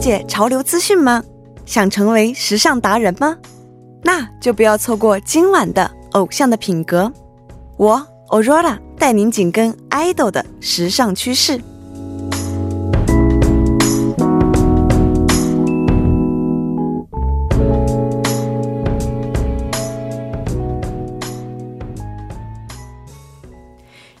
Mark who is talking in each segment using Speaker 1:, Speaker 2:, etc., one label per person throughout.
Speaker 1: 解潮流资讯吗？想成为时尚达人吗？那就不要错过今晚的《偶像的品格》，我 Aurora 带您紧跟 idol 的时尚趋势。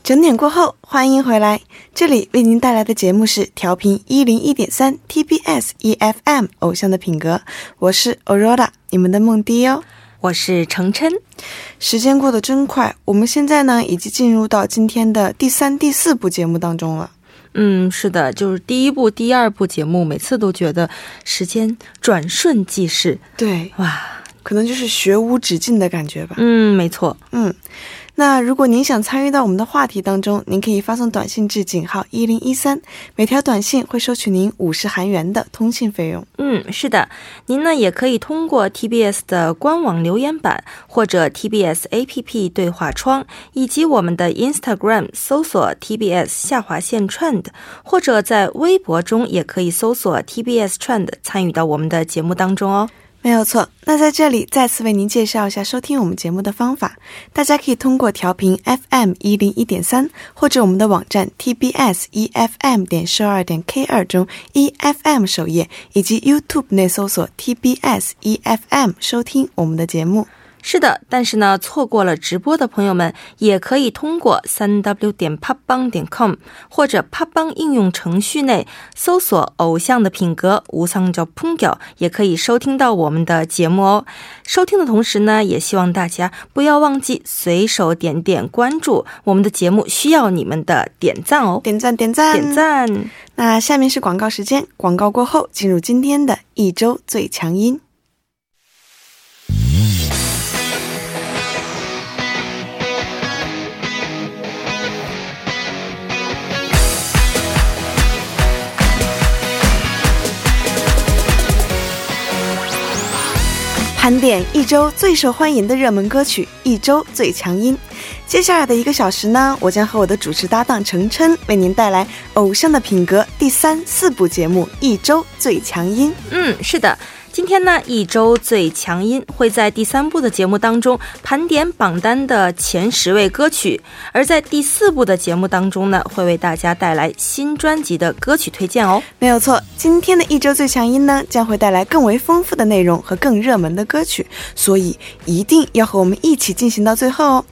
Speaker 1: 整点过后，欢迎回来。这里为您带来的节目是调频一零一点三 TBS EFM《偶 E 像的品格》，我是 Aurora，你们的梦迪哦。
Speaker 2: 我是程琛，
Speaker 1: 时间过得真快，我们现在呢已经进入到今天的第三、第四部节目当中了。
Speaker 2: 嗯，是的，就是第一部、第二部节目，每次都觉得时间转瞬即逝，
Speaker 1: 对，
Speaker 2: 哇，
Speaker 1: 可能就是学无止境的感觉吧。
Speaker 2: 嗯，没错，
Speaker 1: 嗯，那如果您想参与到我们的话题当中，您可以发送短信至井号一零一三，每条短信会收取您五十韩元的通信费用。
Speaker 2: 嗯，是的，您呢也可以通过 TBS 的官网留言板或者 TBS APP 对话窗，以及我们的 Instagram 搜索 TBS 下划线 Trend，或者在微博中也可以搜索 TBS Trend 参与到我们的节目当中哦。
Speaker 1: 没有错。那在这里再次为您介绍一下收听我们节目的方法，大家可以通过调频 FM 一零一点三，或者我们的网站 TBS EFM E 点1二点 K 二中 EFM 首页，以及 YouTube 内搜索 TBS EFM E 收听我们的节目。
Speaker 2: 是的，但是呢，错过了直播的朋友们，也可以通过三 w 点 p o p b a n g 点 com 或者 p o p b a n g 应用程序内搜索“偶像的品格”，无상적朋友也可以收听到我们的节目哦。收听的同时呢，也希望大家不要忘记随手点点关注，我们的节目需要你们的点赞哦，
Speaker 1: 点赞点赞
Speaker 2: 点！赞。
Speaker 1: 那下面是广告时间，广告过后进入今天的一周最强音。盘点一周最受欢迎的热门歌曲，一周最强音。接下来的一个小时呢，我将和我的主持搭档程琛为您带来《偶像的品格》第三、四部节目《一周最强音》。
Speaker 2: 嗯，是的。今天呢，一周最强音会在第三部的节目当中盘点榜单的前十位歌曲，而在第四部的节目当中呢，会为大家带来新专辑的歌曲推荐哦。
Speaker 1: 没有错，今天的一周最强音呢，将会带来更为丰富的内容和更热门的歌曲，所以一定要和我们一起进行到最后哦。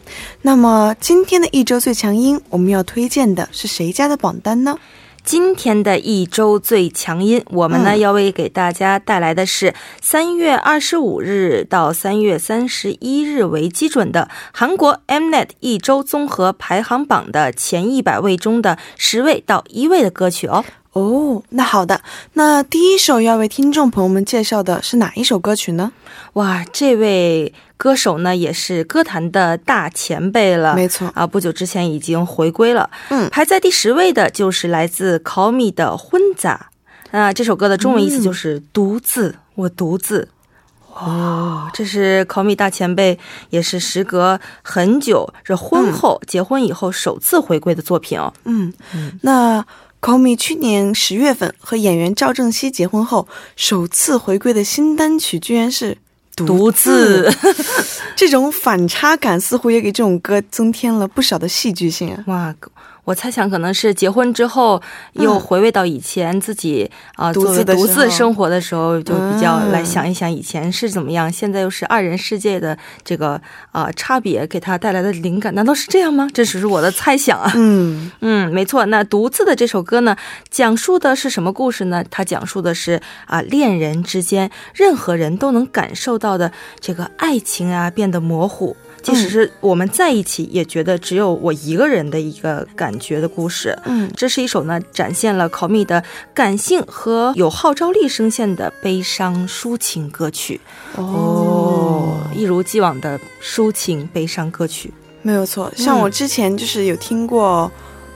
Speaker 1: 那么今天的一周最强音，我们要推荐的是谁家的榜单呢？
Speaker 2: 今天的一周最强音，我们呢、
Speaker 1: 嗯
Speaker 2: 要为给大家带来的是三月二十五日到三月三十一日为基准的韩国 Mnet 一周综合排行榜的前一百位中的十位到一位的歌曲哦。
Speaker 1: 哦，那好的，那第一首要为听众朋友们介绍的是哪一首歌曲呢？
Speaker 2: 哇，这位歌手呢也是歌坛的大前辈了，
Speaker 1: 没错
Speaker 2: 啊，不久之前已经回归了。
Speaker 1: 嗯
Speaker 2: 排在第十位的就是来自 Call Me 的《婚杂》，那、这首歌的中文意思就是独自，
Speaker 1: 嗯
Speaker 2: 我独自。
Speaker 1: 哦
Speaker 2: 哇，这是 Call Me 大前辈，也是时隔很久，这婚后、结婚以后首次回归的作品哦。
Speaker 1: 嗯，那 Call Me 去年十月份和演员赵正熙结婚后首次回归的新单曲，居然是独
Speaker 2: 独自，
Speaker 1: 这种反差感似乎也给这种歌增添了不少的戏剧性啊。
Speaker 2: 哇，我猜想可能是结婚之后又回味到以前自己
Speaker 1: 嗯
Speaker 2: 啊、
Speaker 1: 独
Speaker 2: 作为
Speaker 1: 自的
Speaker 2: 独
Speaker 1: 时
Speaker 2: 自
Speaker 1: 候
Speaker 2: 生活的时候，就比较
Speaker 1: 嗯
Speaker 2: 来想一想以前是怎么样，现在又是二人世界的这个啊、差别给他带来的灵感，难道是这样吗？这只是我的猜想啊。
Speaker 1: 嗯，
Speaker 2: 嗯，没错。那《独自》的这首歌呢，讲述的是什么故事呢？它讲述的是啊，恋人之间，任何人都能感受到的这个爱情啊，变得模糊。即使是我们在一起，也觉得只有我一个人的一个感觉的故事。
Speaker 1: 嗯，
Speaker 2: 这是一首呢，展现了考米的感性和有号召力声线的悲伤抒情歌曲。哦，一如既往的抒情悲伤歌曲。
Speaker 1: 没有错。像
Speaker 2: 嗯
Speaker 1: 我之前就是有听过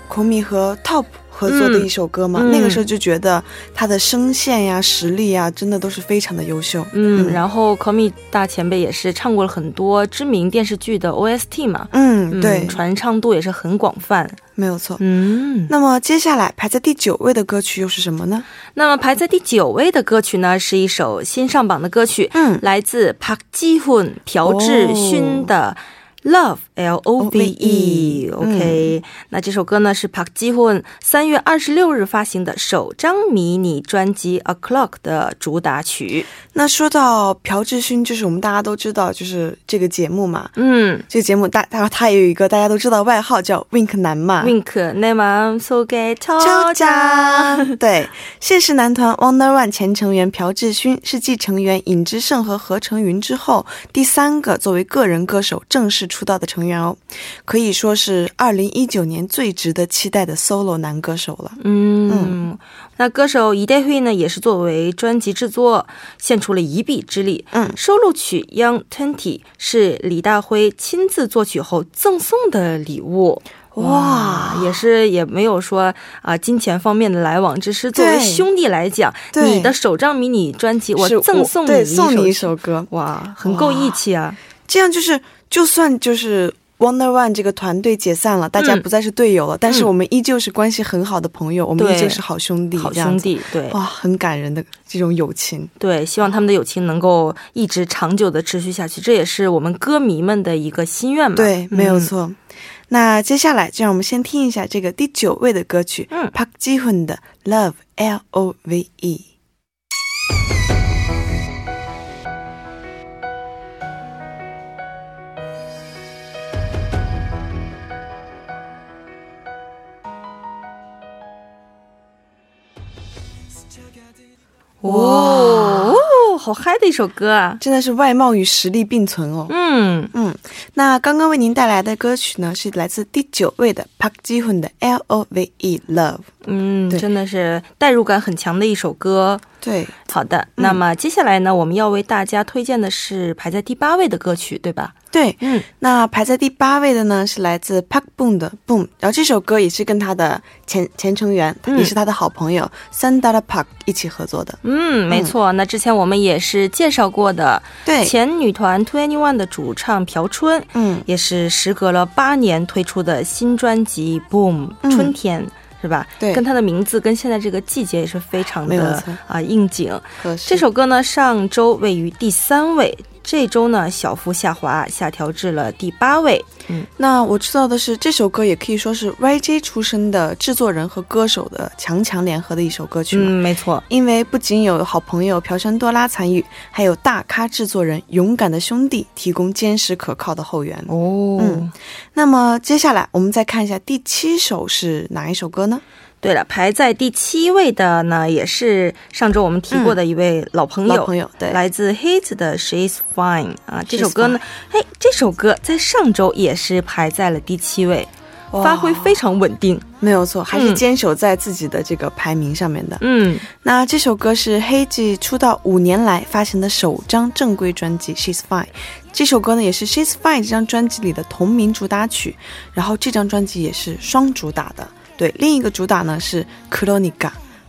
Speaker 1: Call Me 和 Top 合作的一首歌嘛，
Speaker 2: 嗯嗯
Speaker 1: 那个时候就觉得他的声线呀、实力呀，真的都是非常的优秀。
Speaker 2: 嗯，然后 Call Me 大前辈也是唱过了很多知名电视剧的 OST 嘛，
Speaker 1: 嗯，对，
Speaker 2: 传唱度也是很广泛。
Speaker 1: 没有错。
Speaker 2: 嗯，
Speaker 1: 那么接下来排在第九位的歌曲又是什么呢？
Speaker 2: 那么排在第九位的歌曲呢，是一首新上榜的歌曲，
Speaker 1: 嗯
Speaker 2: 来自 Park Ji Hoon 朴智勋的。Love L O 哦 V E OK，、那这首歌呢是 Park Ji Hoon 三月二十六日发行的首张迷你专辑《A Clock》的主打曲。
Speaker 1: 那说到朴智勋，就是我们大家都知道，就是这个节目嘛。
Speaker 2: 嗯
Speaker 1: 这个节目大，然后他也有一个大家都知道的外号叫 Wink 男嘛。
Speaker 2: ，Wink 哦内满 So Gay 超
Speaker 1: 超渣。
Speaker 2: 渣。
Speaker 1: 对，现实男团 Wonder One 前成员朴智勋是继成员尹之胜和何成云之后第三个作为个人歌手正式出道的成员哦，可以说是2019年最值得期待的 solo 男歌手了。
Speaker 2: 嗯，那歌手一代会呢，也是作为专辑制作献出了一臂之力。
Speaker 1: 嗯
Speaker 2: 收录曲《Young Twenty》是李大辉亲自作曲后赠送的礼物。
Speaker 1: 哇，
Speaker 2: 也是也没有说啊、金钱方面的来往，只是作为
Speaker 1: 对
Speaker 2: 兄弟来讲，
Speaker 1: 对
Speaker 2: 你的首张迷你专辑，
Speaker 1: 是
Speaker 2: 赠送你
Speaker 1: 对
Speaker 2: 一首
Speaker 1: 送你一，首歌，
Speaker 2: 哇，很够义气啊！
Speaker 1: 这样就是就算就是。Wonder One 这个团队解散了，大家
Speaker 2: 嗯
Speaker 1: 不再是队友了，但是
Speaker 2: 嗯
Speaker 1: 我们依旧是关系很好的朋友，我们
Speaker 2: 对
Speaker 1: 依旧是好兄弟，
Speaker 2: 好
Speaker 1: 这样
Speaker 2: 兄
Speaker 1: 子
Speaker 2: 弟，对
Speaker 1: 哇，很感人的这种友情。
Speaker 2: 对，希望他们的友情能够一直长久的持续下去，这也是我们歌迷们的一个心愿嘛。
Speaker 1: 对，没有
Speaker 2: 嗯
Speaker 1: 错。那接下来就让我们先听一下这个第九位的歌曲，
Speaker 2: 嗯
Speaker 1: Park Ji Hoon 的《Love L O V E》。
Speaker 2: 哇、哦，好嗨的一首歌啊！
Speaker 1: 真的是外貌与实力并存哦。
Speaker 2: 嗯
Speaker 1: 嗯，那刚刚为您带来的歌曲呢，是来自第九位的 Park Ji Hoon 的《L O V E Love》。
Speaker 2: 嗯，
Speaker 1: 对
Speaker 2: 真的是代入感很强的一首歌。
Speaker 1: 对，
Speaker 2: 好的，
Speaker 1: 嗯
Speaker 2: 那么接下来呢，我们要为大家推荐的是排在第八位的歌曲，对吧？
Speaker 1: 对，
Speaker 2: 嗯
Speaker 1: 那排在第八位的呢是来自 Park Boon 的 Boom，然后这首歌也是跟他的前前成员，
Speaker 2: 嗯
Speaker 1: 也是他的好朋友 Sandara Park 一起合作的。
Speaker 2: 嗯，没错。那之前我们也是介绍过的，
Speaker 1: 对，
Speaker 2: 前女团 Twenty One 的主唱朴春，
Speaker 1: 嗯，
Speaker 2: 也是时隔了八年推出的新专辑《Boom
Speaker 1: 嗯》
Speaker 2: 春天。是吧？
Speaker 1: 对
Speaker 2: 跟它的名字跟现在这个季节也是非常
Speaker 1: 没有
Speaker 2: 的
Speaker 1: 错
Speaker 2: 啊、应景。
Speaker 1: 合适。
Speaker 2: 这首歌呢，上周位于第三位，这周呢小幅下滑，下调至了第八位。
Speaker 1: 那我知道的是，这首歌也可以说是 YG 出身的制作人和歌手的强强联合的一首歌曲嘛。
Speaker 2: 嗯，没错。
Speaker 1: 因为不仅有好朋友朴山多拉参与，还有大咖制作人勇敢的兄弟提供坚实可靠的后援。
Speaker 2: 哦
Speaker 1: 嗯那么接下来我们再看一下第七首是哪一首歌呢？
Speaker 2: 对了，排在第七位的呢，也是上周我们提过的一位老朋友，
Speaker 1: 嗯老朋友，对，
Speaker 2: 来自 Hit 的《She's Fine》啊，这首歌呢，哎，这首歌在上周也是排在了第七位，
Speaker 1: 哇
Speaker 2: 发挥非常稳定。
Speaker 1: 没有错，还是
Speaker 2: 嗯
Speaker 1: 坚守在自己的这个排名上面的。
Speaker 2: 嗯，
Speaker 1: 那这首歌是黑 e 出道五年来发行的首张正规专辑《She's Fine》。这首歌呢，也是《She's Fine》这张专辑里的同名主打曲，然后这张专辑也是双主打的。对，另一个主打呢是《Chronica》，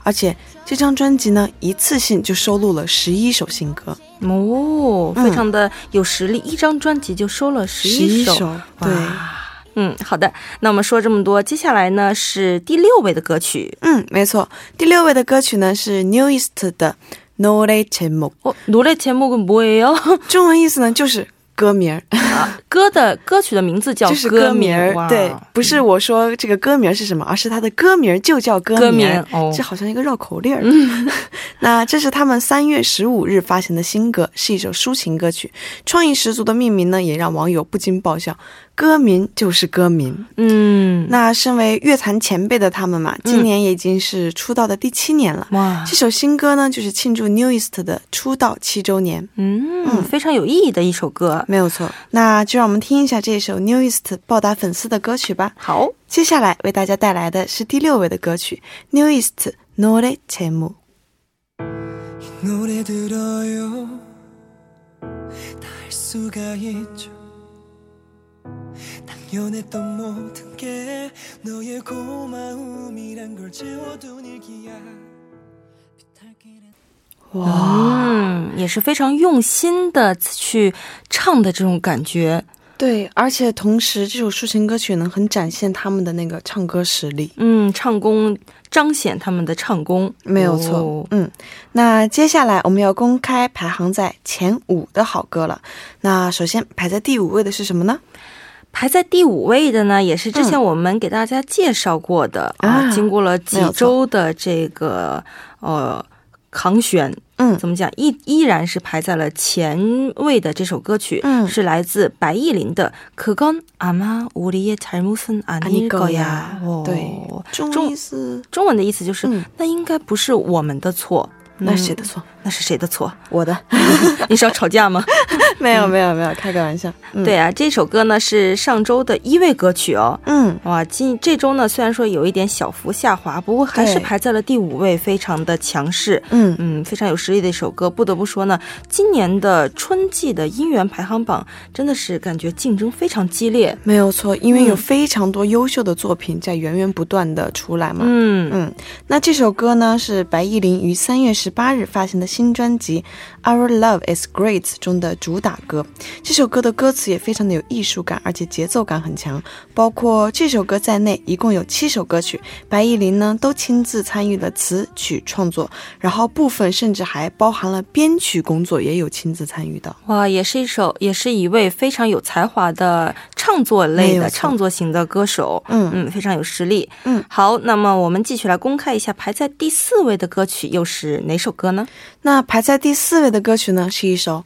Speaker 1: 而且这张专辑呢一次性就收录了十一首新歌，
Speaker 2: 哦，
Speaker 1: 嗯
Speaker 2: 非常的有实力，一张专辑就收了十一首。
Speaker 1: 对，
Speaker 2: 哇，嗯，好的。那我们说这么多，接下来呢是第六位的歌曲
Speaker 1: 嗯，没错。第六位的歌曲呢是 Newest 的《No r e t e m o
Speaker 2: 哦，노래제목은뭐예요？
Speaker 1: 中文意思呢就是歌名儿。
Speaker 2: 哦啊歌的歌曲的名字叫
Speaker 1: 就是歌名
Speaker 2: 名
Speaker 1: 儿，，对
Speaker 2: 哇，哦嗯
Speaker 1: 不是我说这个歌名儿是什么，而是它的歌名儿就叫歌名儿，
Speaker 2: 歌名哦嗯
Speaker 1: 这好像一个绕口令儿。 那这是他们三月十五日发行的新歌，是一首抒情歌曲，创意十足的命名呢，也让网友不禁爆笑。歌名就是歌名。
Speaker 2: 嗯，
Speaker 1: 那身为乐坛前辈的他们嘛，今年也已经是出道的第七年了。
Speaker 2: 哇，
Speaker 1: 这首新歌呢，就是庆祝 Newest 的出道七周年，
Speaker 2: 嗯，非常有意义的一首歌。
Speaker 1: 没有错。那就让我们听一下这首 Newest 报答粉丝的歌曲吧。
Speaker 2: 好。
Speaker 1: 接下来为大家带来的是第六位的歌曲《Newest 노래제목》。
Speaker 3: 노래 들어요 다 할 수가 있죠 당연했던 모든 고맙게 너의 고마움이란 걸 채워둔 일기야 비탈 길에
Speaker 2: 嗯，也是非常用心的去唱的这种感觉。
Speaker 1: 对，而且同时这首抒情歌曲能很展现他们的那个唱歌实力。
Speaker 2: 嗯，唱功彰显他们的唱功，
Speaker 1: 没有错，
Speaker 2: 哦
Speaker 1: 嗯，那接下来我们要公开排行在前五的好歌了。那首先排在第五位的是什么呢？
Speaker 2: 排在第五位的呢，也是之前我们给大家介绍过的、
Speaker 1: 嗯啊
Speaker 2: 嗯啊，经过了几
Speaker 1: 没有错
Speaker 2: 周的这个呃抗选，
Speaker 1: 嗯
Speaker 2: 怎么讲，依依然是排在了前位的这首歌曲，
Speaker 1: 嗯
Speaker 2: 是来自白艺林的《可건아마우리의잘못은아닐거야》哦。
Speaker 1: 对，中
Speaker 2: 中
Speaker 1: 意思
Speaker 2: 中文的意思就是、
Speaker 1: 嗯
Speaker 2: 那应该不是我们的错，嗯
Speaker 1: 那是谁的错？
Speaker 2: 那是谁的错？
Speaker 1: 我的，
Speaker 2: 你是要吵架吗？
Speaker 1: 嗯 没有没有没有，开个玩笑。嗯、，
Speaker 2: 对啊，这首歌呢是上周的一位歌曲哦。
Speaker 1: 嗯，
Speaker 2: 哇，今这周呢，虽然说有一点小幅下滑，不过还是
Speaker 1: 对
Speaker 2: 排在了第五位，非常的强势。
Speaker 1: 嗯，
Speaker 2: 嗯，非常有实力的一首歌，不得不说呢，今年的春季的音源排行榜真的是感觉竞争非常激烈。
Speaker 1: 没有错，因为有
Speaker 2: 嗯
Speaker 1: 非常多优秀的作品在源源不断的出来嘛。
Speaker 2: 嗯，
Speaker 1: 嗯，那这首歌呢是白艺林于三月十八日发行的新专辑《Our Love Is Great》中的主打歌。这首歌的歌词也非常的有艺术感，而且节奏感很强。包括这首歌在内，一共有七首歌曲，白艺林呢都亲自参与了词曲创作，然后部分甚至还包含了编曲工作，也有亲自参与到。
Speaker 2: 哇，也是一首，也是一位非常有才华的唱作类
Speaker 1: 没有
Speaker 2: 的
Speaker 1: 错
Speaker 2: 唱作型的歌手。
Speaker 1: 嗯
Speaker 2: 嗯，非常有实力。
Speaker 1: 嗯，
Speaker 2: 好，那么我们继续来公开一下排在第四位的歌曲又是哪首歌呢？
Speaker 1: 那排在第四位的歌曲呢是一首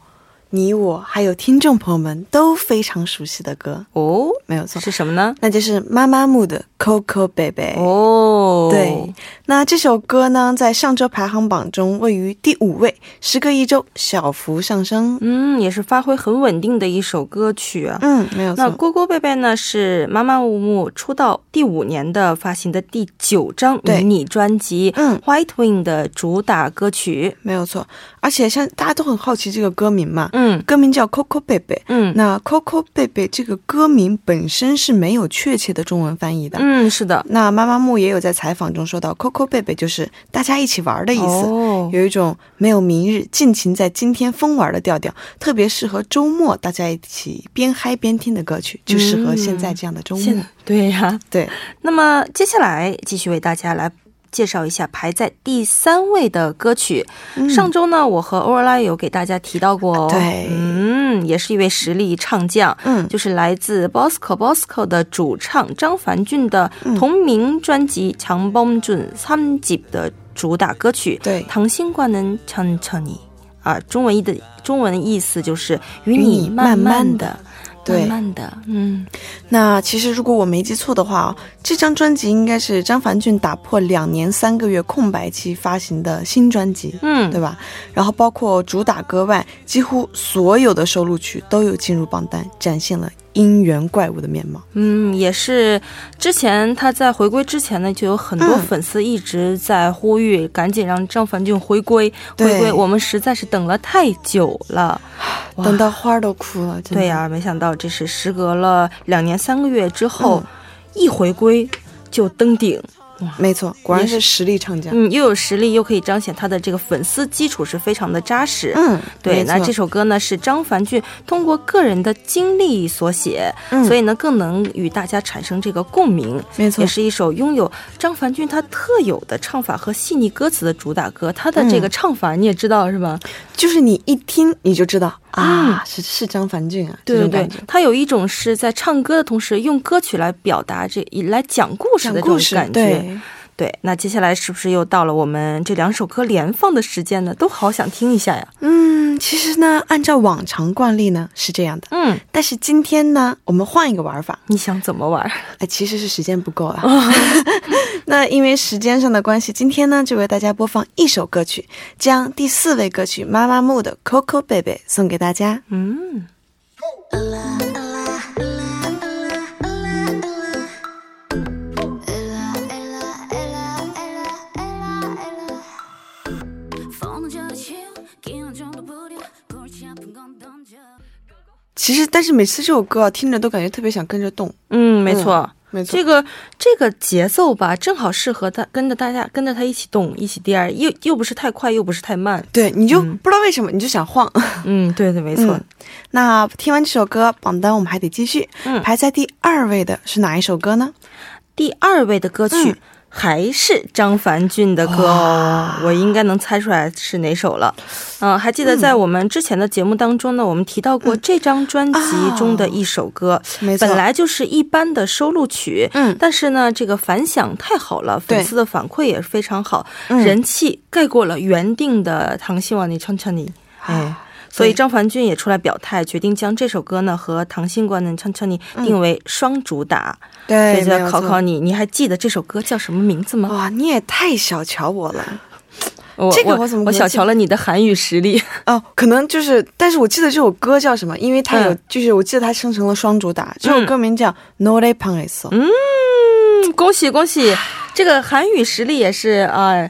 Speaker 1: 你我还有听众朋友们都非常熟悉的歌，
Speaker 2: 哦，
Speaker 1: 没有错。
Speaker 2: 是什么呢？
Speaker 1: 那就是妈妈木的《Coco Baby》。
Speaker 2: 哦，
Speaker 1: 对，那这首歌呢，在上周排行榜中位于第五位，时隔一周小幅上升。
Speaker 2: 嗯，也是发挥很稳定的一首歌曲啊。
Speaker 1: 嗯，没有
Speaker 2: 那
Speaker 1: 错。
Speaker 2: 蝈蝈贝贝呢是妈妈乌木出道第五年的发行的第九张
Speaker 1: 对
Speaker 2: 迷你专辑
Speaker 1: 嗯
Speaker 2: 《White Wing》的主打歌曲。
Speaker 1: 没有错，而且像大家都很好奇这个歌名嘛，
Speaker 2: 嗯
Speaker 1: 歌名叫 Coco Baby。
Speaker 2: 嗯
Speaker 1: 那 Coco Baby 这个歌名本身是没有确切的中文翻译的。
Speaker 2: 嗯，是的，
Speaker 1: 那妈妈木也有在采访中说到，Coco Baby 就是大家一起玩的意思。
Speaker 2: 哦，
Speaker 1: 有一种没有明日，尽情在今天疯玩的调调，特别适合周末大家一起边嗨边听的歌曲，就适合现在这样的周末。
Speaker 2: 嗯现对呀、
Speaker 1: 对，
Speaker 2: 那么接下来继续为大家来介绍一下排在第三位的歌曲。
Speaker 1: 嗯
Speaker 2: 上周呢，我和欧尔拉有给大家提到过哦，
Speaker 1: 对
Speaker 2: 嗯，也是一位实力唱将，
Speaker 1: 嗯
Speaker 2: 就是来自 Bosco Bosco 的主唱张凡俊的
Speaker 1: 嗯
Speaker 2: 同名专辑《强邦俊三集》的主打歌曲《
Speaker 1: 对，
Speaker 2: 당신과는천천히》啊，中文译的中文意思就是与
Speaker 1: 与你
Speaker 2: 你慢
Speaker 1: 慢慢
Speaker 2: 慢
Speaker 1: 地
Speaker 2: 的，
Speaker 1: 对
Speaker 2: 慢慢的，嗯，
Speaker 1: 那其实如果我没记错的话啊，这张专辑应该是张凡俊打破两年三个月空白期发行的新专辑，
Speaker 2: 嗯
Speaker 1: 对吧？然后包括主打歌外，几乎所有的收录曲都有进入榜单，展现了姻缘怪物的面貌。
Speaker 2: 嗯，也是。之前他在回归之前呢，就有很多
Speaker 1: 嗯
Speaker 2: 粉丝一直在呼吁，赶紧让张凡俊回归，
Speaker 1: 对
Speaker 2: 回归。我们实在是等了太久了。哇
Speaker 1: 等到花儿都枯了，真的
Speaker 2: 对呀、没想到这是时隔了两年三个月之后，
Speaker 1: 嗯
Speaker 2: 一回归就登顶。
Speaker 1: 没错，果然
Speaker 2: 也是
Speaker 1: 是实力唱将。
Speaker 2: 嗯，又有实力，又可以彰显他的这个粉丝基础是非常的扎实。
Speaker 1: 嗯，
Speaker 2: 对，
Speaker 1: 没
Speaker 2: 那
Speaker 1: 错
Speaker 2: 这首歌呢是张凡俊通过个人的经历所写，
Speaker 1: 嗯
Speaker 2: 所以呢更能与大家产生这个共鸣。
Speaker 1: 没错
Speaker 2: 也，是一首拥有张凡俊他特有的唱法和细腻歌词的主打歌。他的这
Speaker 1: 嗯
Speaker 2: 个唱法你也知道、是吧？
Speaker 1: 就是你一听你就知道啊，是是张凡俊啊，这
Speaker 2: 对
Speaker 1: 种
Speaker 2: 对
Speaker 1: 感
Speaker 2: 对
Speaker 1: 觉，。
Speaker 2: 他有一种是在唱歌的同时用歌曲来表达这来讲故事
Speaker 1: 讲
Speaker 2: 的这
Speaker 1: 故
Speaker 2: 种
Speaker 1: 事，
Speaker 2: 感觉。
Speaker 1: 对，
Speaker 2: 对，那接下来是不是又到了我们这两首歌连放的时间呢？都好想听一下呀。
Speaker 1: 嗯，其实呢，按照往常惯例呢是这样的，
Speaker 2: 嗯，
Speaker 1: 但是今天呢，我们换一个玩法，
Speaker 2: 你想怎么玩？
Speaker 1: 哎，其实是时间不够啊。
Speaker 2: 哦
Speaker 1: 那因为时间上的关系，今天呢就为大家播放一首歌曲，将第四位歌曲《妈妈木的 Coco Baby》送给大家。
Speaker 2: 嗯。
Speaker 4: 风就起，기운좀더 부려 골치 아픈 건 던져
Speaker 1: 其实，但是每次这首歌啊，听着都感觉特别想跟着动。
Speaker 2: 嗯，没错，
Speaker 1: 没错，
Speaker 2: 这个这个节奏吧，正好适合他跟着大家跟着他一起动，一起颠儿，又又不是太快，又不是 太慢。
Speaker 1: 对，你就不知道为什么，你就想晃。
Speaker 2: 嗯，对对，没错。
Speaker 1: 嗯那听完这首歌，榜单我们还得继续。
Speaker 2: 嗯
Speaker 1: 排在第二位的是哪一首歌呢？
Speaker 2: 第二位的歌曲、
Speaker 1: 嗯
Speaker 2: 还是张凡俊的歌哦，我应该能猜出来是哪首了。嗯、还记得在我们之前的节目当中呢，我们提到过这张专辑中的一首歌，
Speaker 1: 嗯没错，
Speaker 2: 本来就是一般的收录曲，
Speaker 1: 嗯
Speaker 2: 但是呢，这个反响太好了，
Speaker 1: 对
Speaker 2: 粉丝的反馈也非常好，
Speaker 1: 嗯
Speaker 2: 人气盖过了原定的《唐希望你唱唱你》。
Speaker 1: 啊
Speaker 2: 哎，所以张凡俊也出来表态，决定将这首歌呢和《唐新冠的唱唱你》
Speaker 1: 嗯
Speaker 2: 定为双主打。所
Speaker 1: 对，
Speaker 2: 以就
Speaker 1: 哎没
Speaker 2: 要
Speaker 1: 有
Speaker 2: 考
Speaker 1: 错
Speaker 2: 考你，你还记得这首歌叫什么名字吗？
Speaker 1: 哇，你也太小瞧我了
Speaker 2: 我
Speaker 1: 哦这个
Speaker 2: 我
Speaker 1: 我怎么
Speaker 2: 我
Speaker 1: 可能
Speaker 2: 小
Speaker 1: 记
Speaker 2: 瞧了你的韩语实力？
Speaker 1: 哦！可能就是，但是我记得这首歌叫什么，因为它有，
Speaker 2: 嗯
Speaker 1: 就是我记得它生成了双主打，这首歌名叫《No Day p a n g
Speaker 2: 嗯，恭喜恭喜，这个韩语实力也是呃，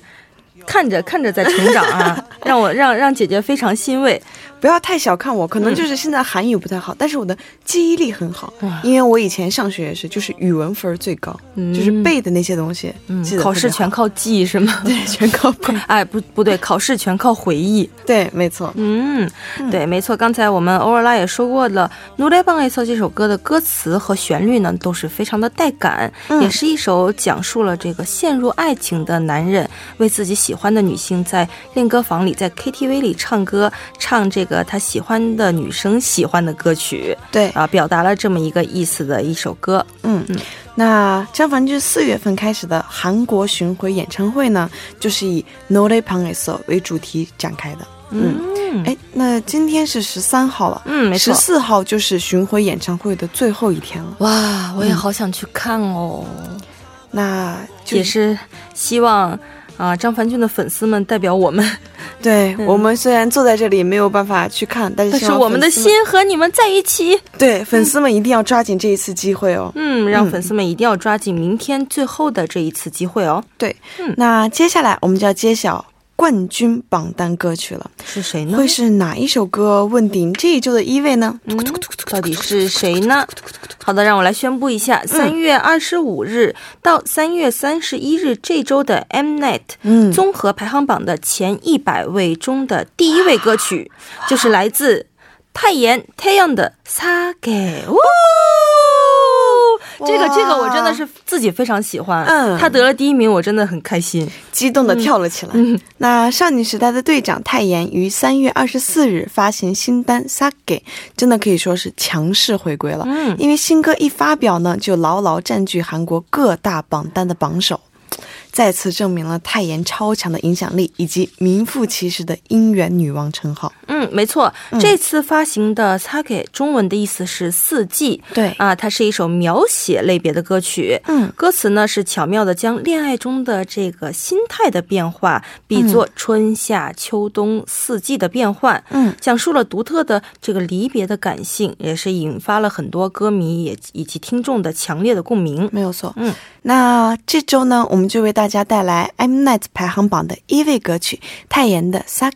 Speaker 2: 看着看着在成长啊， 让我让让姐姐非常欣慰。
Speaker 1: 不要太小看我，可
Speaker 2: 嗯
Speaker 1: 能就是现在韩语不太好，但是我的记忆力很好，因为我以前上学也是，就是语文分儿最高，
Speaker 2: 嗯
Speaker 1: 就是背的那些东西，
Speaker 2: 嗯
Speaker 1: 记，得
Speaker 2: 考
Speaker 1: 特别
Speaker 2: 试
Speaker 1: 好
Speaker 2: 全靠记忆是吗？
Speaker 1: 对全靠背。
Speaker 2: 哎，不不对，考试全靠回忆。
Speaker 1: 对，没错，
Speaker 2: 嗯，对，没错。刚才我们欧尔拉也说过了，《奴来棒爱错》这首歌的歌词和旋律呢，都是非常的带感，也是一首讲述了这个陷入爱情的男人为自己喜欢的女性在练歌房里、在 KTV 里唱歌，唱这个他喜欢的女生喜欢的歌曲
Speaker 1: 对，
Speaker 2: 啊，表达了这么一个意思的一首歌。
Speaker 1: 嗯，那张凡志四月份开始的韩国巡回演唱会呢，就是以 No Day p a n g So 为主题展开的。嗯，
Speaker 2: 嗯，
Speaker 1: 哎，那今天是十三号了，
Speaker 2: 嗯，没
Speaker 1: 十
Speaker 2: 错。
Speaker 1: 四号就是巡回演唱会的最后一天了。
Speaker 2: 哇，我也好想去看哦。
Speaker 1: 那就
Speaker 2: 也是希望啊，张凡俊的粉丝们代表我们，
Speaker 1: 对、我们虽然坐在这里没有办法去看，但是
Speaker 2: 嗯但
Speaker 1: 希
Speaker 2: 是
Speaker 1: 望
Speaker 2: 我们的
Speaker 1: 粉丝们
Speaker 2: 心和你们在一起。
Speaker 1: 对粉丝们一定要抓紧这一次机会哦。
Speaker 2: 嗯，让粉丝们一定要抓紧明天最后的这一次机会哦。
Speaker 1: 对，
Speaker 2: 嗯
Speaker 1: 那接下来我们就要揭晓冠军榜单歌曲了。
Speaker 2: 是谁呢
Speaker 1: 会？是哪一首歌问鼎这一周的一位呢？
Speaker 2: 嗯到底是谁呢？好的，让我来宣布一下：
Speaker 1: 嗯
Speaker 2: 三月二十五日到三月三十一日这周的 Mnet
Speaker 1: 嗯
Speaker 2: 综合排行榜的前一百位中的第一位歌曲，就是来自泰妍太阳的《撒给》。呜这个
Speaker 1: 哇
Speaker 2: 这个我真的是自己非常喜欢，
Speaker 1: 嗯
Speaker 2: 他得了第一名，我真的很开心。
Speaker 1: 激动的跳了起来。那少女时代的队长泰妍于三月二十四日发行新单《Sake》，真的可以说是强势回归了。
Speaker 2: 嗯
Speaker 1: 因为新歌一发表呢，就牢牢占据韩国各大榜单的榜首，再次证明了泰妍超强的影响力以及名副其实的音源女王称号。
Speaker 2: 嗯，没错，这次发行的《擦给》中文的意思是四季。
Speaker 1: 对
Speaker 2: 啊，它是一首描写类别的歌曲。
Speaker 1: 嗯
Speaker 2: 歌词呢是巧妙的将恋爱中的这个心态的变化比作春夏秋冬四季的变换，
Speaker 1: 嗯，
Speaker 2: 讲述了独特的这个离别的感性，也是引发了很多歌迷也以及听众的强烈的共鸣。
Speaker 1: 没有错。
Speaker 2: 嗯，
Speaker 1: 那这周呢，我们就为大家带来 Mnet 排行榜的一位歌曲泰妍的《Sake》，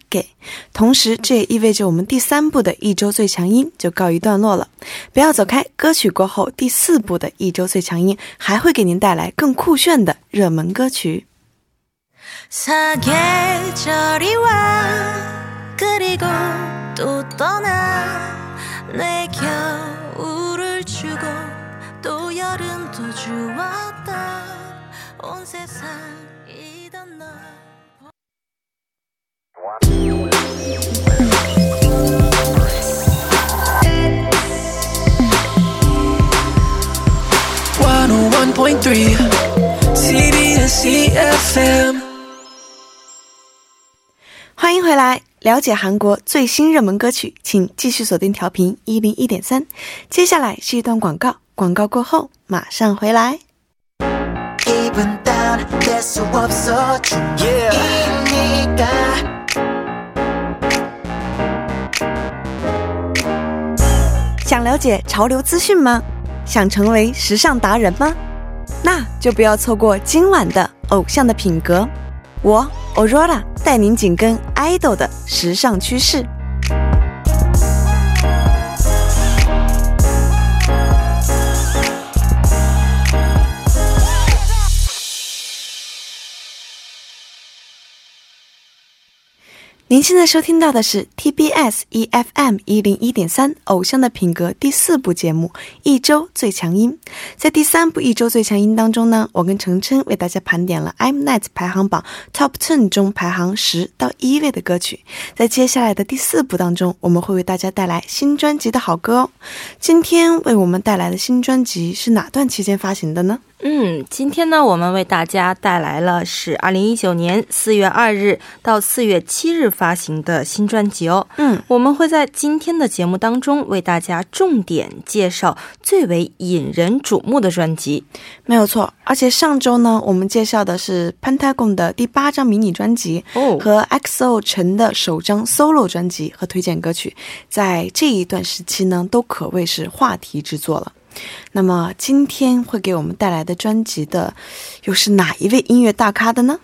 Speaker 1: 同时这也意味着我们第三部的一周最强音就告一段落了。不要走开，歌曲过后第四部的一周最强音还会给您带来更酷炫的热门歌曲。
Speaker 5: 사계절이 와 그리고 또 떠나 내 겨울을 주고 또 여름도 주었다 온 세상이던 너
Speaker 3: 101.3 CBS EFM
Speaker 1: 欢迎回来，了解韩国最新热门歌曲，请继续锁定调频一零一点三。接下来是一段广告，广告过后马上回来。
Speaker 6: 기분 다운될수 없어 중이니까 y
Speaker 1: 想了解潮流资讯吗？想成为时尚达人吗？那就不要错过今晚的《偶像的品格》，我 Aurora 带您紧跟 idol 的时尚趋势。您现在收听到的是 TBS EFM E 一零一点三《偶像的品格》第四部节目《一周最强音》。在第三部《一周最强音》当中呢，我跟程琛为大家盘点了 I'm Night 排行榜 Top Ten 中排行十到一位的歌曲。在接下来的第四部当中，我们会为大家带来新专辑的好歌哦。今天为我们带来的新专辑是哪段期间发行的呢？
Speaker 2: 嗯，今天呢，我们为大家带来了是二零一九年四月二日到四月七日发行的新专辑哦。
Speaker 1: 嗯，
Speaker 2: 我们会在今天的节目当中为大家重点介绍最为引人瞩目的专辑。
Speaker 1: 没有错，而且上周呢，我们介绍的是 Pentagon 的第八张迷你专辑
Speaker 2: 哦
Speaker 1: 和 XO 陈的首张 solo 专辑和推荐歌曲，在这一段时期呢，都可谓是话题之作了。那么今天会给我们带来的专辑的，又是哪一位音乐大咖的呢？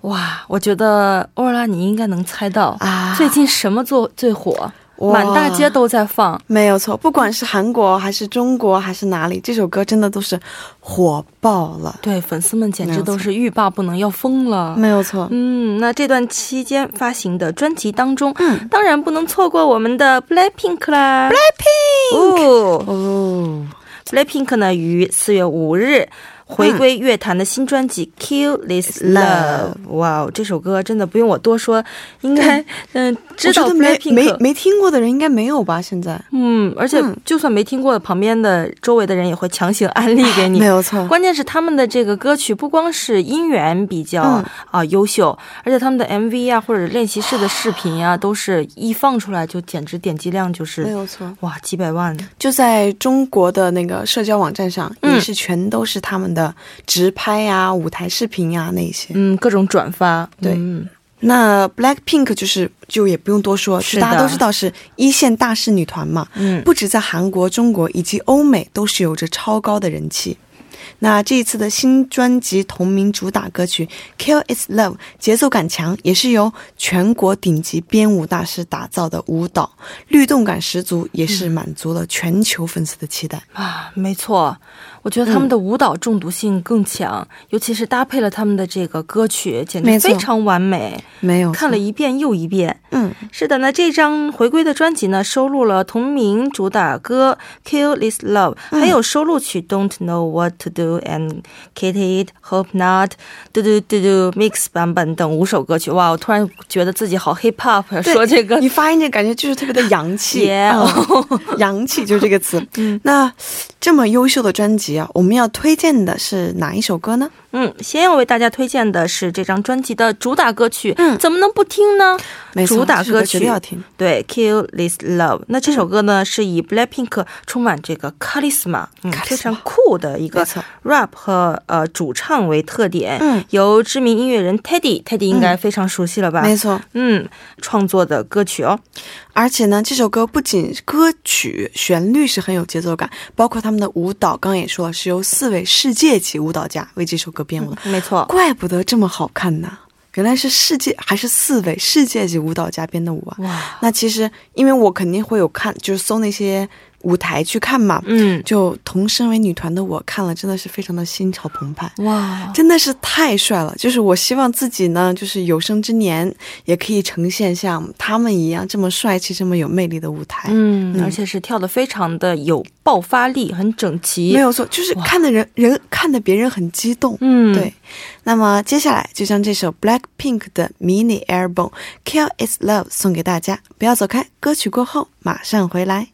Speaker 2: 哇，我觉得欧若拉你应该能猜到
Speaker 1: 啊
Speaker 2: 最近什么作最火？
Speaker 1: 哇
Speaker 2: 满大街都在放。
Speaker 1: 没有错，不管是韩国还是中国还是哪里，这首歌真的都是火爆了。
Speaker 2: 对，粉丝们简
Speaker 1: 没
Speaker 2: 直
Speaker 1: 有错
Speaker 2: 都是欲罢不能，要疯了。
Speaker 1: 没有错，
Speaker 2: 嗯，那这段期间发行的专辑当中，
Speaker 1: 嗯
Speaker 2: 当然不能错过我们的 Blackpink 啦，Blackpink 哦
Speaker 1: 哦，
Speaker 2: ，Blackpink 呢于四月五日
Speaker 1: 嗯
Speaker 2: 回归乐坛的新专辑《Kill This Love》。哇哦，这首歌真的不用我多说，应该嗯知道
Speaker 1: 我觉得没没
Speaker 2: Blackpink。
Speaker 1: 没听过的人应该没有吧？现在
Speaker 2: 嗯，而且
Speaker 1: 嗯
Speaker 2: 就算没听过，旁边的周围的人也会强行安利给你。
Speaker 1: 没有错，
Speaker 2: 关键是他们的这个歌曲不光是音源比较
Speaker 1: 嗯
Speaker 2: 啊、优秀，而且他们的 MV 啊或者练习室的视频啊，都是一放出来就简直点击量就
Speaker 1: 没
Speaker 2: 是
Speaker 1: 有错。
Speaker 2: 哇几百万。
Speaker 1: 就在中国的那个社交网站上，
Speaker 2: 嗯
Speaker 1: 也是全都是他们的直拍呀、舞台视频呀、那一些。
Speaker 2: 嗯，各种转发，
Speaker 1: 对
Speaker 2: 嗯
Speaker 1: 那 Blackpink 就是就也不用多说，
Speaker 2: 是
Speaker 1: 就
Speaker 2: 的
Speaker 1: 大家都知道是一线大势女团嘛。
Speaker 2: 嗯
Speaker 1: 不止在韩国、中国以及欧美都是有着超高的人气。那这一次的新专辑同名主打歌曲《Kill Is Love》节奏感强，也是由全国顶级编舞大师打造的舞蹈，律动感十足，也是满足了全球粉丝的期待。
Speaker 2: 啊，没错，我觉得他们的舞蹈中毒性更强，尤其是搭配了他们的这个歌曲，简直
Speaker 1: 嗯没错
Speaker 2: 非常完美，
Speaker 1: 没有
Speaker 2: 看了一遍又一遍。
Speaker 1: 嗯，
Speaker 2: 是的，那这张回归的专辑呢，收录了同名主打歌《Kill This Love》，还
Speaker 1: 嗯
Speaker 2: 有收录曲《Don't Know What to Do》and《Hate It》、《Hope Not》、《嘟嘟嘟嘟》、《Mix 版本》等五首歌曲。哇，我突然觉得自己好 hip hop，呀
Speaker 1: 对
Speaker 2: 说这个哦
Speaker 1: 你嗯发音的感觉就是特别的洋气
Speaker 2: Yeah
Speaker 1: 嗯洋气就是这个词。那这么优秀的专辑啊，我们要推荐的是哪一首歌呢？
Speaker 2: 嗯，先要为大家推荐的是这张专辑的主打歌曲，
Speaker 1: 嗯
Speaker 2: 怎么能不听呢？
Speaker 1: 没错
Speaker 2: 主打歌
Speaker 1: 这首歌绝
Speaker 2: 曲
Speaker 1: 对要听，
Speaker 2: 对，Kill This Love。那
Speaker 1: 嗯
Speaker 2: 这首歌呢，是以 Blackpink 充满这个 charisma，嗯，
Speaker 1: charisma
Speaker 2: 非常酷的一个
Speaker 1: 没错
Speaker 2: rap 和呃主唱为特点，
Speaker 1: 嗯
Speaker 2: 由知名音乐人 Teddy，Teddy 应该非常熟悉了吧？
Speaker 1: 没错，
Speaker 2: 嗯，创作的歌曲哦，
Speaker 1: 而且呢，这首歌不仅歌曲旋律是很有节奏感，包括他们的舞蹈，刚刚也说了，是由四位世界级舞蹈家为这首歌编舞的，
Speaker 2: 没错，
Speaker 1: 怪不得这么好看呢。原来是世界还是四位世界级舞蹈家编的舞啊！
Speaker 2: 哇，
Speaker 1: 那其实因为我肯定会有看，就是搜那些舞台去看嘛，
Speaker 2: 嗯，
Speaker 1: 就同身为女团的我看了，真的是非常的心潮澎湃。
Speaker 2: 哇，
Speaker 1: 真的是太帅了！就是我希望自己呢，就是有生之年也可以呈现像他们一样这么帅气、这么有魅力的舞台。
Speaker 2: 嗯，
Speaker 1: 嗯
Speaker 2: 而且是跳的非常的有爆发力，很整齐，
Speaker 1: 没有错，就是看的人人看的别人很激动。
Speaker 2: 嗯
Speaker 1: 对。那么接下来就将这首 Blackpink 的 Mini Album《Kill Is Love》送给大家，不要走开，歌曲过后马上回来。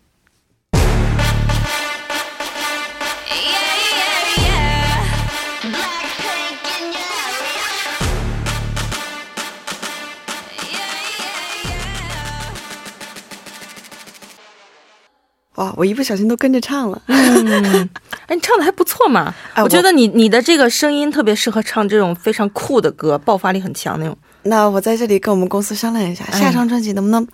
Speaker 1: 哇，我一不小心都跟着唱了。
Speaker 2: 嗯哎，你唱的还不错嘛！
Speaker 1: 哎
Speaker 2: 我觉
Speaker 1: 我
Speaker 2: 得你你的这个声音特别适合唱这种非常酷的歌，爆发力很强那种。
Speaker 1: 那我在这里跟我们公司商量一下，
Speaker 2: 哎
Speaker 1: 下张专辑能不能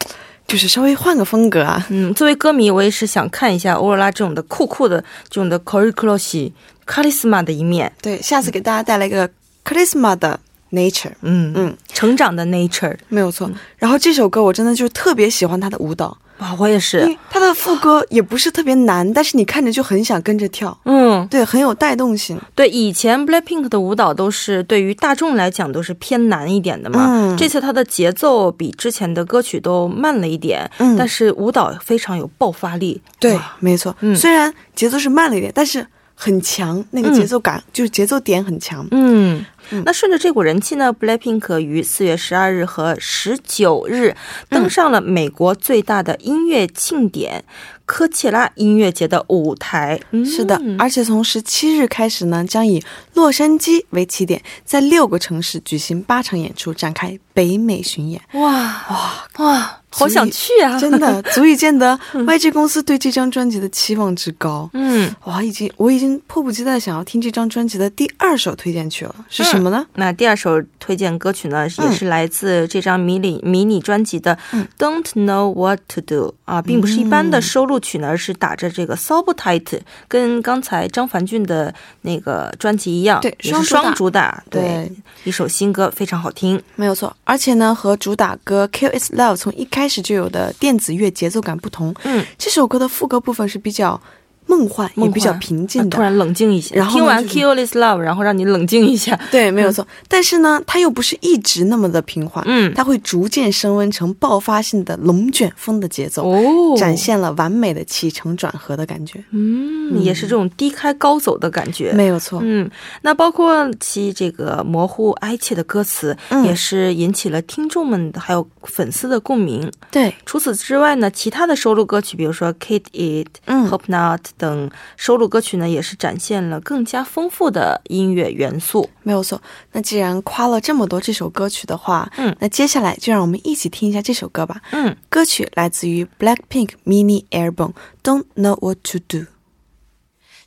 Speaker 1: 就是稍微换个风格啊？
Speaker 2: 嗯，作为歌迷，我也是想看一下欧若拉这种的酷酷的这种的 c o r i c l o s 卡 charisma 的一面。
Speaker 1: 对，下次给大家带来一个 charisma 的 Nature，
Speaker 2: 嗯嗯，
Speaker 1: 嗯，
Speaker 2: 成长的 nature，
Speaker 1: 没有
Speaker 2: 嗯
Speaker 1: 错。然后这首歌我真的就是特别喜欢他的舞蹈，
Speaker 2: 哇，我也
Speaker 1: 因
Speaker 2: 是
Speaker 1: 为，他的副歌也不是特别难，但是你看着就很想跟着跳，
Speaker 2: 嗯，
Speaker 1: 对，很有带动性。
Speaker 2: 对，以前 Blackpink 的舞蹈都是对于大众来讲都是偏难一点的嘛，
Speaker 1: 嗯
Speaker 2: 这次它的节奏比之前的歌曲都慢了一点，
Speaker 1: 嗯
Speaker 2: 但是舞蹈非常有爆发力，
Speaker 1: 对
Speaker 2: 哇，
Speaker 1: 没错。
Speaker 2: 嗯
Speaker 1: 虽然节奏是慢了一点，但是很强，那个
Speaker 2: 嗯
Speaker 1: 节奏感、就是节奏点很强。
Speaker 2: 嗯，那顺着这股人气呢，BLACKPINK 于四月十二日和十九
Speaker 1: 嗯
Speaker 2: 日登上了美国最大的音乐庆典——科切拉音乐节的舞台。嗯、
Speaker 1: 是的，而且从十七日开始呢，将以洛杉矶为起点，在六个城市举行八场演出，展开北美巡演。
Speaker 2: 哇哇哇，好想去 啊！
Speaker 1: 真，的足以见得 YG 公司对这张专辑的期望之高。
Speaker 2: 嗯，
Speaker 1: 哇，已经我已经迫不及待地想要听这张专辑的第二首推荐曲了，是什么呢？
Speaker 2: 嗯那第二首推荐歌曲呢，也是来自这张迷你迷你专辑的
Speaker 1: 嗯
Speaker 2: 《Don't Know What to Do》啊，并不是一般的收录曲呢，而是打着这个 s o b t i t 跟刚才张凡俊的那个专辑一样，
Speaker 1: 对
Speaker 2: 也是
Speaker 1: 双
Speaker 2: 双
Speaker 1: 主
Speaker 2: 主打，对，
Speaker 1: 对
Speaker 2: 一首新歌非常好听，
Speaker 1: 没有错，而且呢，和主打歌《Kill Is Love》从一开始就有的电子乐节奏感不同，
Speaker 2: 嗯，
Speaker 1: 这首歌的副歌部分是比较梦幻，
Speaker 2: 梦幻
Speaker 1: 也比较平静
Speaker 2: 啊
Speaker 1: 的。
Speaker 2: 突然冷静一下，
Speaker 1: 然后呢
Speaker 2: 听完《
Speaker 1: 就是
Speaker 2: Kill This Love》，然后让你冷静一下，
Speaker 1: 对，没有错。但是呢，它又不是一直那么的平缓，
Speaker 2: 嗯
Speaker 1: 它会逐渐升温成爆发性的龙卷风的节奏，
Speaker 2: 哦
Speaker 1: 展，现了完美的起承转合的感觉。
Speaker 2: 嗯，也是这种低开高走的感觉，
Speaker 1: 没有错，
Speaker 2: 嗯，那包括其这个模糊哀切的歌词，
Speaker 1: 嗯
Speaker 2: 也是引起了听众们还有粉丝的共鸣。
Speaker 1: 对，
Speaker 2: 除此之外呢，其他的收录歌曲，比如说《Kid It》、
Speaker 1: 嗯
Speaker 2: Hope Not》等收录歌曲呢，也是展现了更加丰富的音乐元素。
Speaker 1: 没有错。那既然夸了这么多这首歌曲的话，
Speaker 2: 嗯
Speaker 1: 那接下来就让我们一起听一下这首歌吧。
Speaker 2: 嗯，
Speaker 1: 歌曲来自于 Blackpink mini album Don't Know What to Do。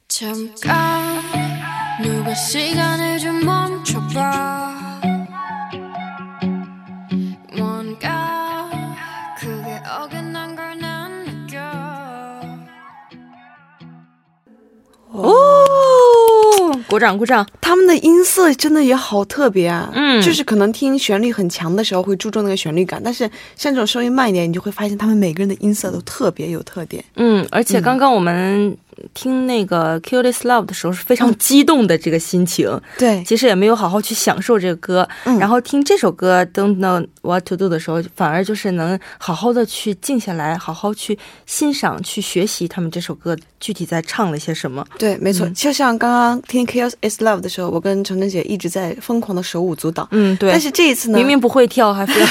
Speaker 4: 잠깐 누가 시간을 좀 멈춰봐 뭔가 그게 어긋난 걸 난 느껴
Speaker 2: 哦，鼓掌鼓掌。
Speaker 1: 他们的音色真的也好特别啊，
Speaker 2: 嗯
Speaker 1: 就是可能听旋律很强的时候会注重那个旋律感，但是像这种稍微慢一点，你就会发现他们每个人的音色都特别有特点。
Speaker 2: 嗯，而且刚刚我们听那个《Kill This Love》的时候是非常激动的这个心情。
Speaker 1: 对，
Speaker 2: 其实也没有好好去享受这个歌，
Speaker 1: 嗯
Speaker 2: 然后听这首歌《Don't Know What to Do》的时候，反而就是能好好的去静下来，好好去欣赏、去学习他们这首歌具体在唱了些什么。
Speaker 1: 对，没
Speaker 2: 嗯
Speaker 1: 错，就像刚刚听《Chaos Is Love》的时候，我跟程程姐一直在疯狂的手舞足蹈。
Speaker 2: 嗯，对。
Speaker 1: 但是这一次呢，
Speaker 2: 明明不会跳，还非 要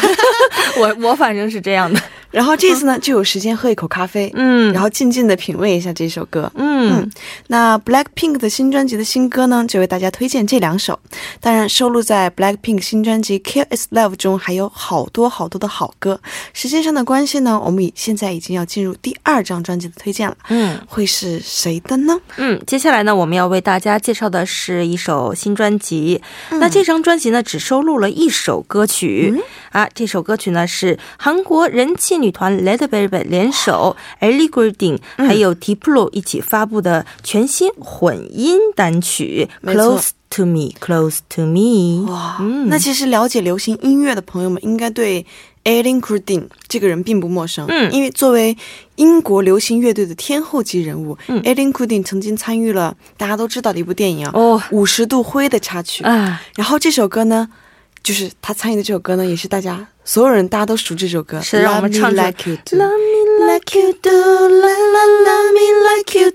Speaker 2: 我我反正是这样的。
Speaker 1: 然后这一次呢，就有时间喝一口咖啡，
Speaker 2: 嗯
Speaker 1: 然后静静的品味一下这首歌。
Speaker 2: 嗯
Speaker 1: 嗯，那 Blackpink 的新专辑的新歌呢，就为大家推荐这两首。当然，收录在 Blackpink 新专辑《Kill Is Love》中还有好多好多的好歌。时间上的关系呢，我们已现在已经要进入第二张专辑的推荐了，
Speaker 2: 嗯
Speaker 1: 会是谁的呢？
Speaker 2: 嗯，接下来呢，我们要为大家介绍的是一首新专辑。那这张专辑呢，只收录了一首歌曲、啊。这首歌曲呢是韩国人气女团 Led Zeppelin 联手 Ellie Goulding、还有 Diplo 一起发布的全新混音单曲《
Speaker 1: 没错
Speaker 2: Close to Me》，Close to Me。
Speaker 1: 哇，
Speaker 2: 嗯
Speaker 1: 那其实了解流行音乐的朋友们应该对 Aileen c r u d i n 这个人并不陌生。
Speaker 2: 嗯
Speaker 1: 因为作为英国流行乐队的天后级人物、
Speaker 2: 嗯
Speaker 1: Aileen c r u d i n 曾经参与了大家都知道的一部电影啊，
Speaker 2: 哦
Speaker 1: 五十度灰》的插曲。
Speaker 2: 啊，
Speaker 1: 然后这首歌呢，就是他参与的这首歌呢，也是大家所有人大家都熟知这首歌。
Speaker 2: 是让我们
Speaker 1: Love me
Speaker 2: 唱出
Speaker 1: like you do
Speaker 2: Love me like you do, la la love me like you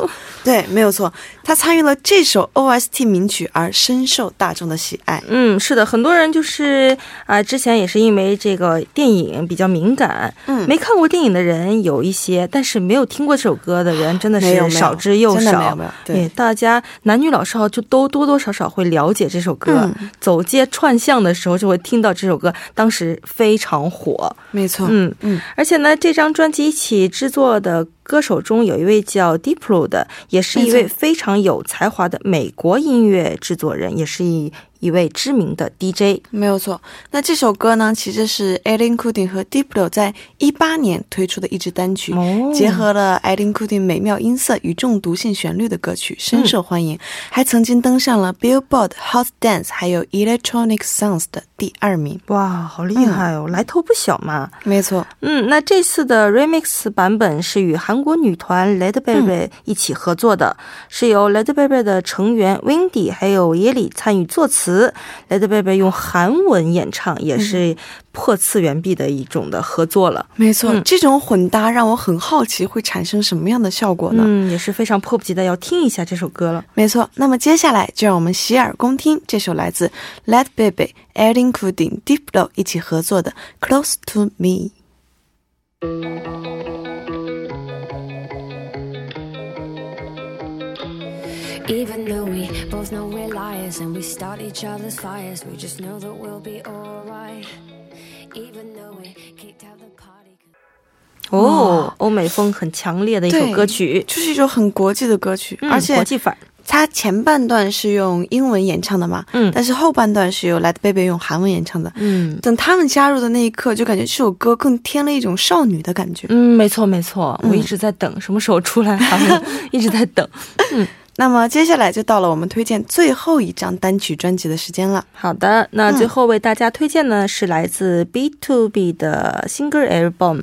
Speaker 2: do。
Speaker 1: 对，没有错，他参与了这首 OST 名曲而深受大众的喜爱。
Speaker 2: 嗯，是的，很多人就是啊、之前也是因为这个电影比较敏感，
Speaker 1: 嗯
Speaker 2: 没看过电影的人有一些，但是没有听过这首歌的人真的
Speaker 1: 没有没
Speaker 2: 是
Speaker 1: 有
Speaker 2: 少之又
Speaker 1: 真的没有
Speaker 2: 少嗯
Speaker 1: 没有。对
Speaker 2: 大家男女老少就都多多少少会了解这首歌，
Speaker 1: 嗯
Speaker 2: 走街串巷的时候就会听到这首歌，当时非常火。
Speaker 1: 没错，
Speaker 2: 嗯
Speaker 1: 嗯，
Speaker 2: 而且呢，这张专辑一起制作的歌手中有一位叫 Diplo 的，也是一
Speaker 1: 没
Speaker 2: 位
Speaker 1: 错
Speaker 2: 非常有才华的美国音乐制作人，也是一一位知名的 DJ。
Speaker 1: 没有错，那这首歌呢，其实是 a l i n Cooting 和 Diplo 在一八年推出的一支单曲，
Speaker 2: 哦
Speaker 1: 结合了 a l i n Cooting 美妙音色与中毒性旋律的歌曲，深受欢迎，还曾经登上了 Billboard Hot Dance 还有 Electronic Sounds 的第二名。
Speaker 2: 哇，好厉害哦，来头不小嘛。
Speaker 1: 没错，
Speaker 2: 嗯，那这次的 remix 版本是与韩国女团 Led Zeppelin 一起合作的，是由 Led Zeppelin 的成员 Wendy 还有耶里参与作词，Led Zeppelin 用韩文演唱，也是破次元壁的一种的合作了。
Speaker 1: 没错，这种混搭让我很好奇会产生什么样的效果呢？
Speaker 2: 嗯，也是非常迫不及待要听一下这首歌了。
Speaker 1: 没错，那么接下来就让我们洗耳恭听这首来自 Let Baby、a l i n Cooting、Diplo 一起合作的《Close to Me》。
Speaker 7: Even though we both know we're liars and we start each other's fires, we just know that we'll be alright. Even though we kicked out the party.
Speaker 2: 哦，欧美风很强烈的一首
Speaker 1: 对
Speaker 2: 歌曲，
Speaker 1: 就是一首很国际的歌曲，
Speaker 2: 嗯
Speaker 1: 而
Speaker 2: 国
Speaker 1: 且
Speaker 2: 际范儿。
Speaker 1: 它前半段是用英文演唱的嘛，
Speaker 2: 嗯
Speaker 1: 但是后半段是由 Let Baby 用韩文演唱的。
Speaker 2: 嗯
Speaker 1: 等他们加入的那一刻，就感觉这首歌更添了一种少女的感觉。
Speaker 2: 嗯，没错没错，我一直在等、什么时候出来韩 文，一直在等。
Speaker 1: 那么接下来就到了我们推荐最后一张单曲专辑的时间了。
Speaker 2: 好的，那最后为大家推荐呢、是来自 B to B 的 Single Album《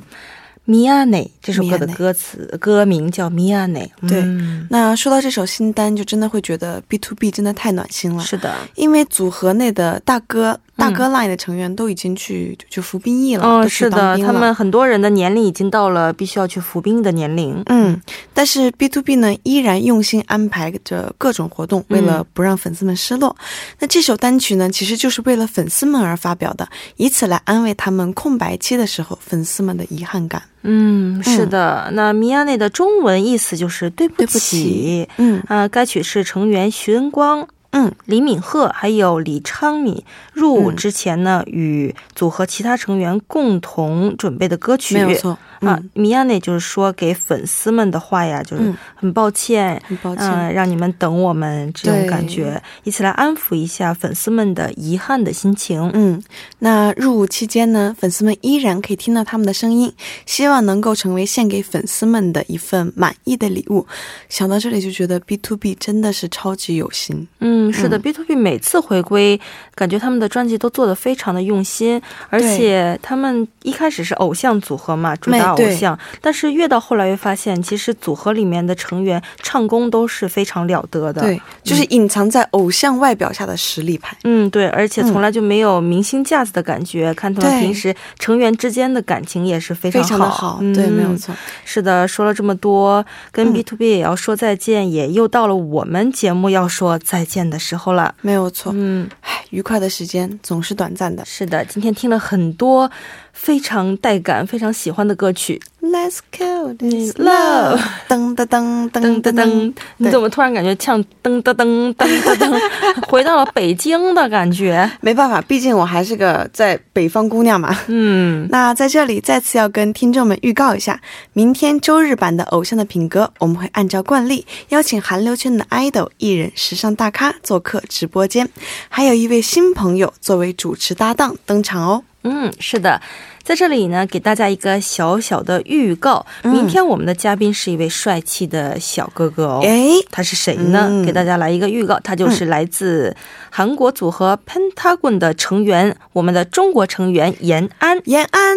Speaker 2: 米亚内》这首歌的
Speaker 1: Miyane
Speaker 2: 歌词歌名叫《米亚内》。
Speaker 1: 对
Speaker 2: 嗯
Speaker 1: 那说到这首新单，就真的会觉得 B to B 真的太暖心了。
Speaker 2: 是的，
Speaker 1: 因为组合内的大哥、大哥 line 的成员都已经去就就服兵役了，
Speaker 2: 嗯、
Speaker 1: 都去
Speaker 2: 是
Speaker 1: 当
Speaker 2: 的，
Speaker 1: 兵
Speaker 2: 他
Speaker 1: 了。
Speaker 2: 们很多人的年龄已经到了必须要去服兵的年龄。
Speaker 1: 嗯，但是 B to B 呢，依然用心安排着各种活动，为了不让粉丝们失落。那这首单曲呢，其实就是为了粉丝们而发表的，以此来安慰他们空白期的时候粉丝们的遗憾感。
Speaker 2: 嗯，是的，那米亚内的中文意思就是对不
Speaker 1: 对不起嗯
Speaker 2: 啊、该曲是成员徐恩光、
Speaker 1: 嗯，
Speaker 2: 李敏赫还有李昌敏入伍之前呢，与组合其他成员共同准备的歌曲。
Speaker 1: 没有错。
Speaker 2: 啊
Speaker 1: 嗯，，
Speaker 2: 米亚内就是说给粉丝们的话呀，就是
Speaker 1: 嗯
Speaker 2: 很抱歉，
Speaker 1: 很抱歉。
Speaker 2: 嗯，让你们等我们这种感觉，以此来安抚一下粉丝们的遗憾的心情。
Speaker 1: 嗯，那入伍期间呢，粉丝们依然可以听到他们的声音，希望能够成为献给粉丝们的一份满意的礼物。想到这里就觉得 B to B 真的是超级有心。
Speaker 2: 嗯，是的，B to B 每次回归，感觉他们的专辑都做得非常的用心，而
Speaker 1: 对
Speaker 2: 且他们一开始是偶像组合嘛，主打
Speaker 1: 没
Speaker 2: 偶
Speaker 1: 对
Speaker 2: 像，但是越到后来越发现，其实组合里面的成员唱功都是非常了得的。
Speaker 1: 对，就是隐藏在偶像外表下的实力派。
Speaker 2: 嗯，对，而且从来就没有明星架子的感觉，看他们
Speaker 1: 对
Speaker 2: 平时成员之间的感情也是非
Speaker 1: 非
Speaker 2: 常好，嗯
Speaker 1: 常的好，对，没有。嗯错。
Speaker 2: 是的，说了这么多，跟 B to B 也要说再见、也又到了我们节目要说再见的时候了。
Speaker 1: 没有错，
Speaker 2: 嗯，
Speaker 1: 唉，愉快的时间总是短暂的。
Speaker 2: 是的，今天听了很多非常带感、非常喜欢的歌曲。
Speaker 1: Let's go this
Speaker 2: Love
Speaker 1: love，噔噔噔
Speaker 2: 噔
Speaker 1: 噔
Speaker 2: 噔
Speaker 1: 噔
Speaker 2: 噔
Speaker 1: 噔，，
Speaker 2: 你怎么突然感觉像噔噔噔噔噔噔，回到了北京的感觉？
Speaker 1: 没办法，毕竟我还是个在北方姑娘嘛。
Speaker 2: 嗯，
Speaker 1: 那在这里再次要跟听众们预告一下，明天周日版的《偶像的品格》，我们会按照惯例邀请韩流圈的 idol 艺人、时尚大咖做客直播间，还有一位新朋友作为主持搭档登场哦。
Speaker 2: 嗯，是的，在这里呢，给大家一个小小的预告，明天我们的嘉宾是一位帅气的小哥哥哦。
Speaker 1: 哎，
Speaker 2: 他是谁呢？
Speaker 1: 嗯
Speaker 2: 给大家来一个预告，他就是来自韩国组合 Pentagon 的成员，我们的中国成员延安。
Speaker 1: 延安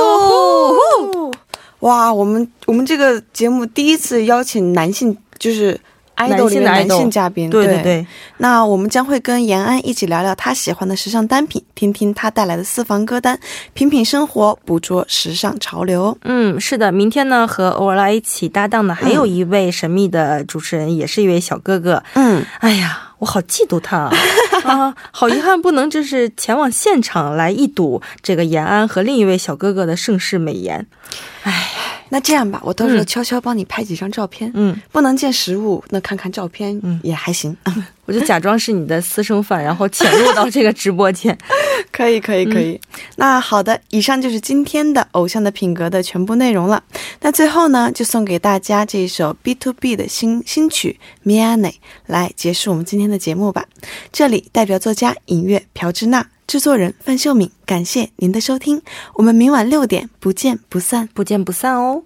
Speaker 2: 哦
Speaker 1: 哟呼哇，我们我们这个节目第一次邀请男性，就是
Speaker 2: 性
Speaker 1: idol 里面
Speaker 2: idol
Speaker 1: 男性嘉宾，
Speaker 2: 对对
Speaker 1: 对
Speaker 2: 对，
Speaker 1: 那我们将会跟延安一起聊聊他喜欢的时尚单品，听听他带来的私房歌单，品品生活，捕捉时尚潮流。
Speaker 2: 嗯，是的，明天呢和欧拉一起搭档的还有一位神秘的主持人，也是一位小哥哥。
Speaker 1: 嗯，
Speaker 2: 哎呀，我好嫉妒他啊！啊，好遗憾，不能就是前往现场来一睹这个延安和另一位小哥哥的盛世美颜。哎，
Speaker 1: 那这样吧，我到时候
Speaker 2: 嗯
Speaker 1: 悄悄帮你拍几张照片，
Speaker 2: 嗯，
Speaker 1: 不能见实物，那看看照片也还行。
Speaker 2: 我就假装是你的私生饭，然后潜入到这个直播间。
Speaker 1: 可以，可以，可以。那好的，以上就是今天的《偶像的品格》的全部内容了。那最后呢，就送给大家这一首 B to B 的新新曲《Miane》，来结束我们今天的节目吧。这里代表作家、尹月、朴智娜，制作人范秀敏，感谢您的收听，我们明晚六点不见不散。
Speaker 2: 不见不散哦。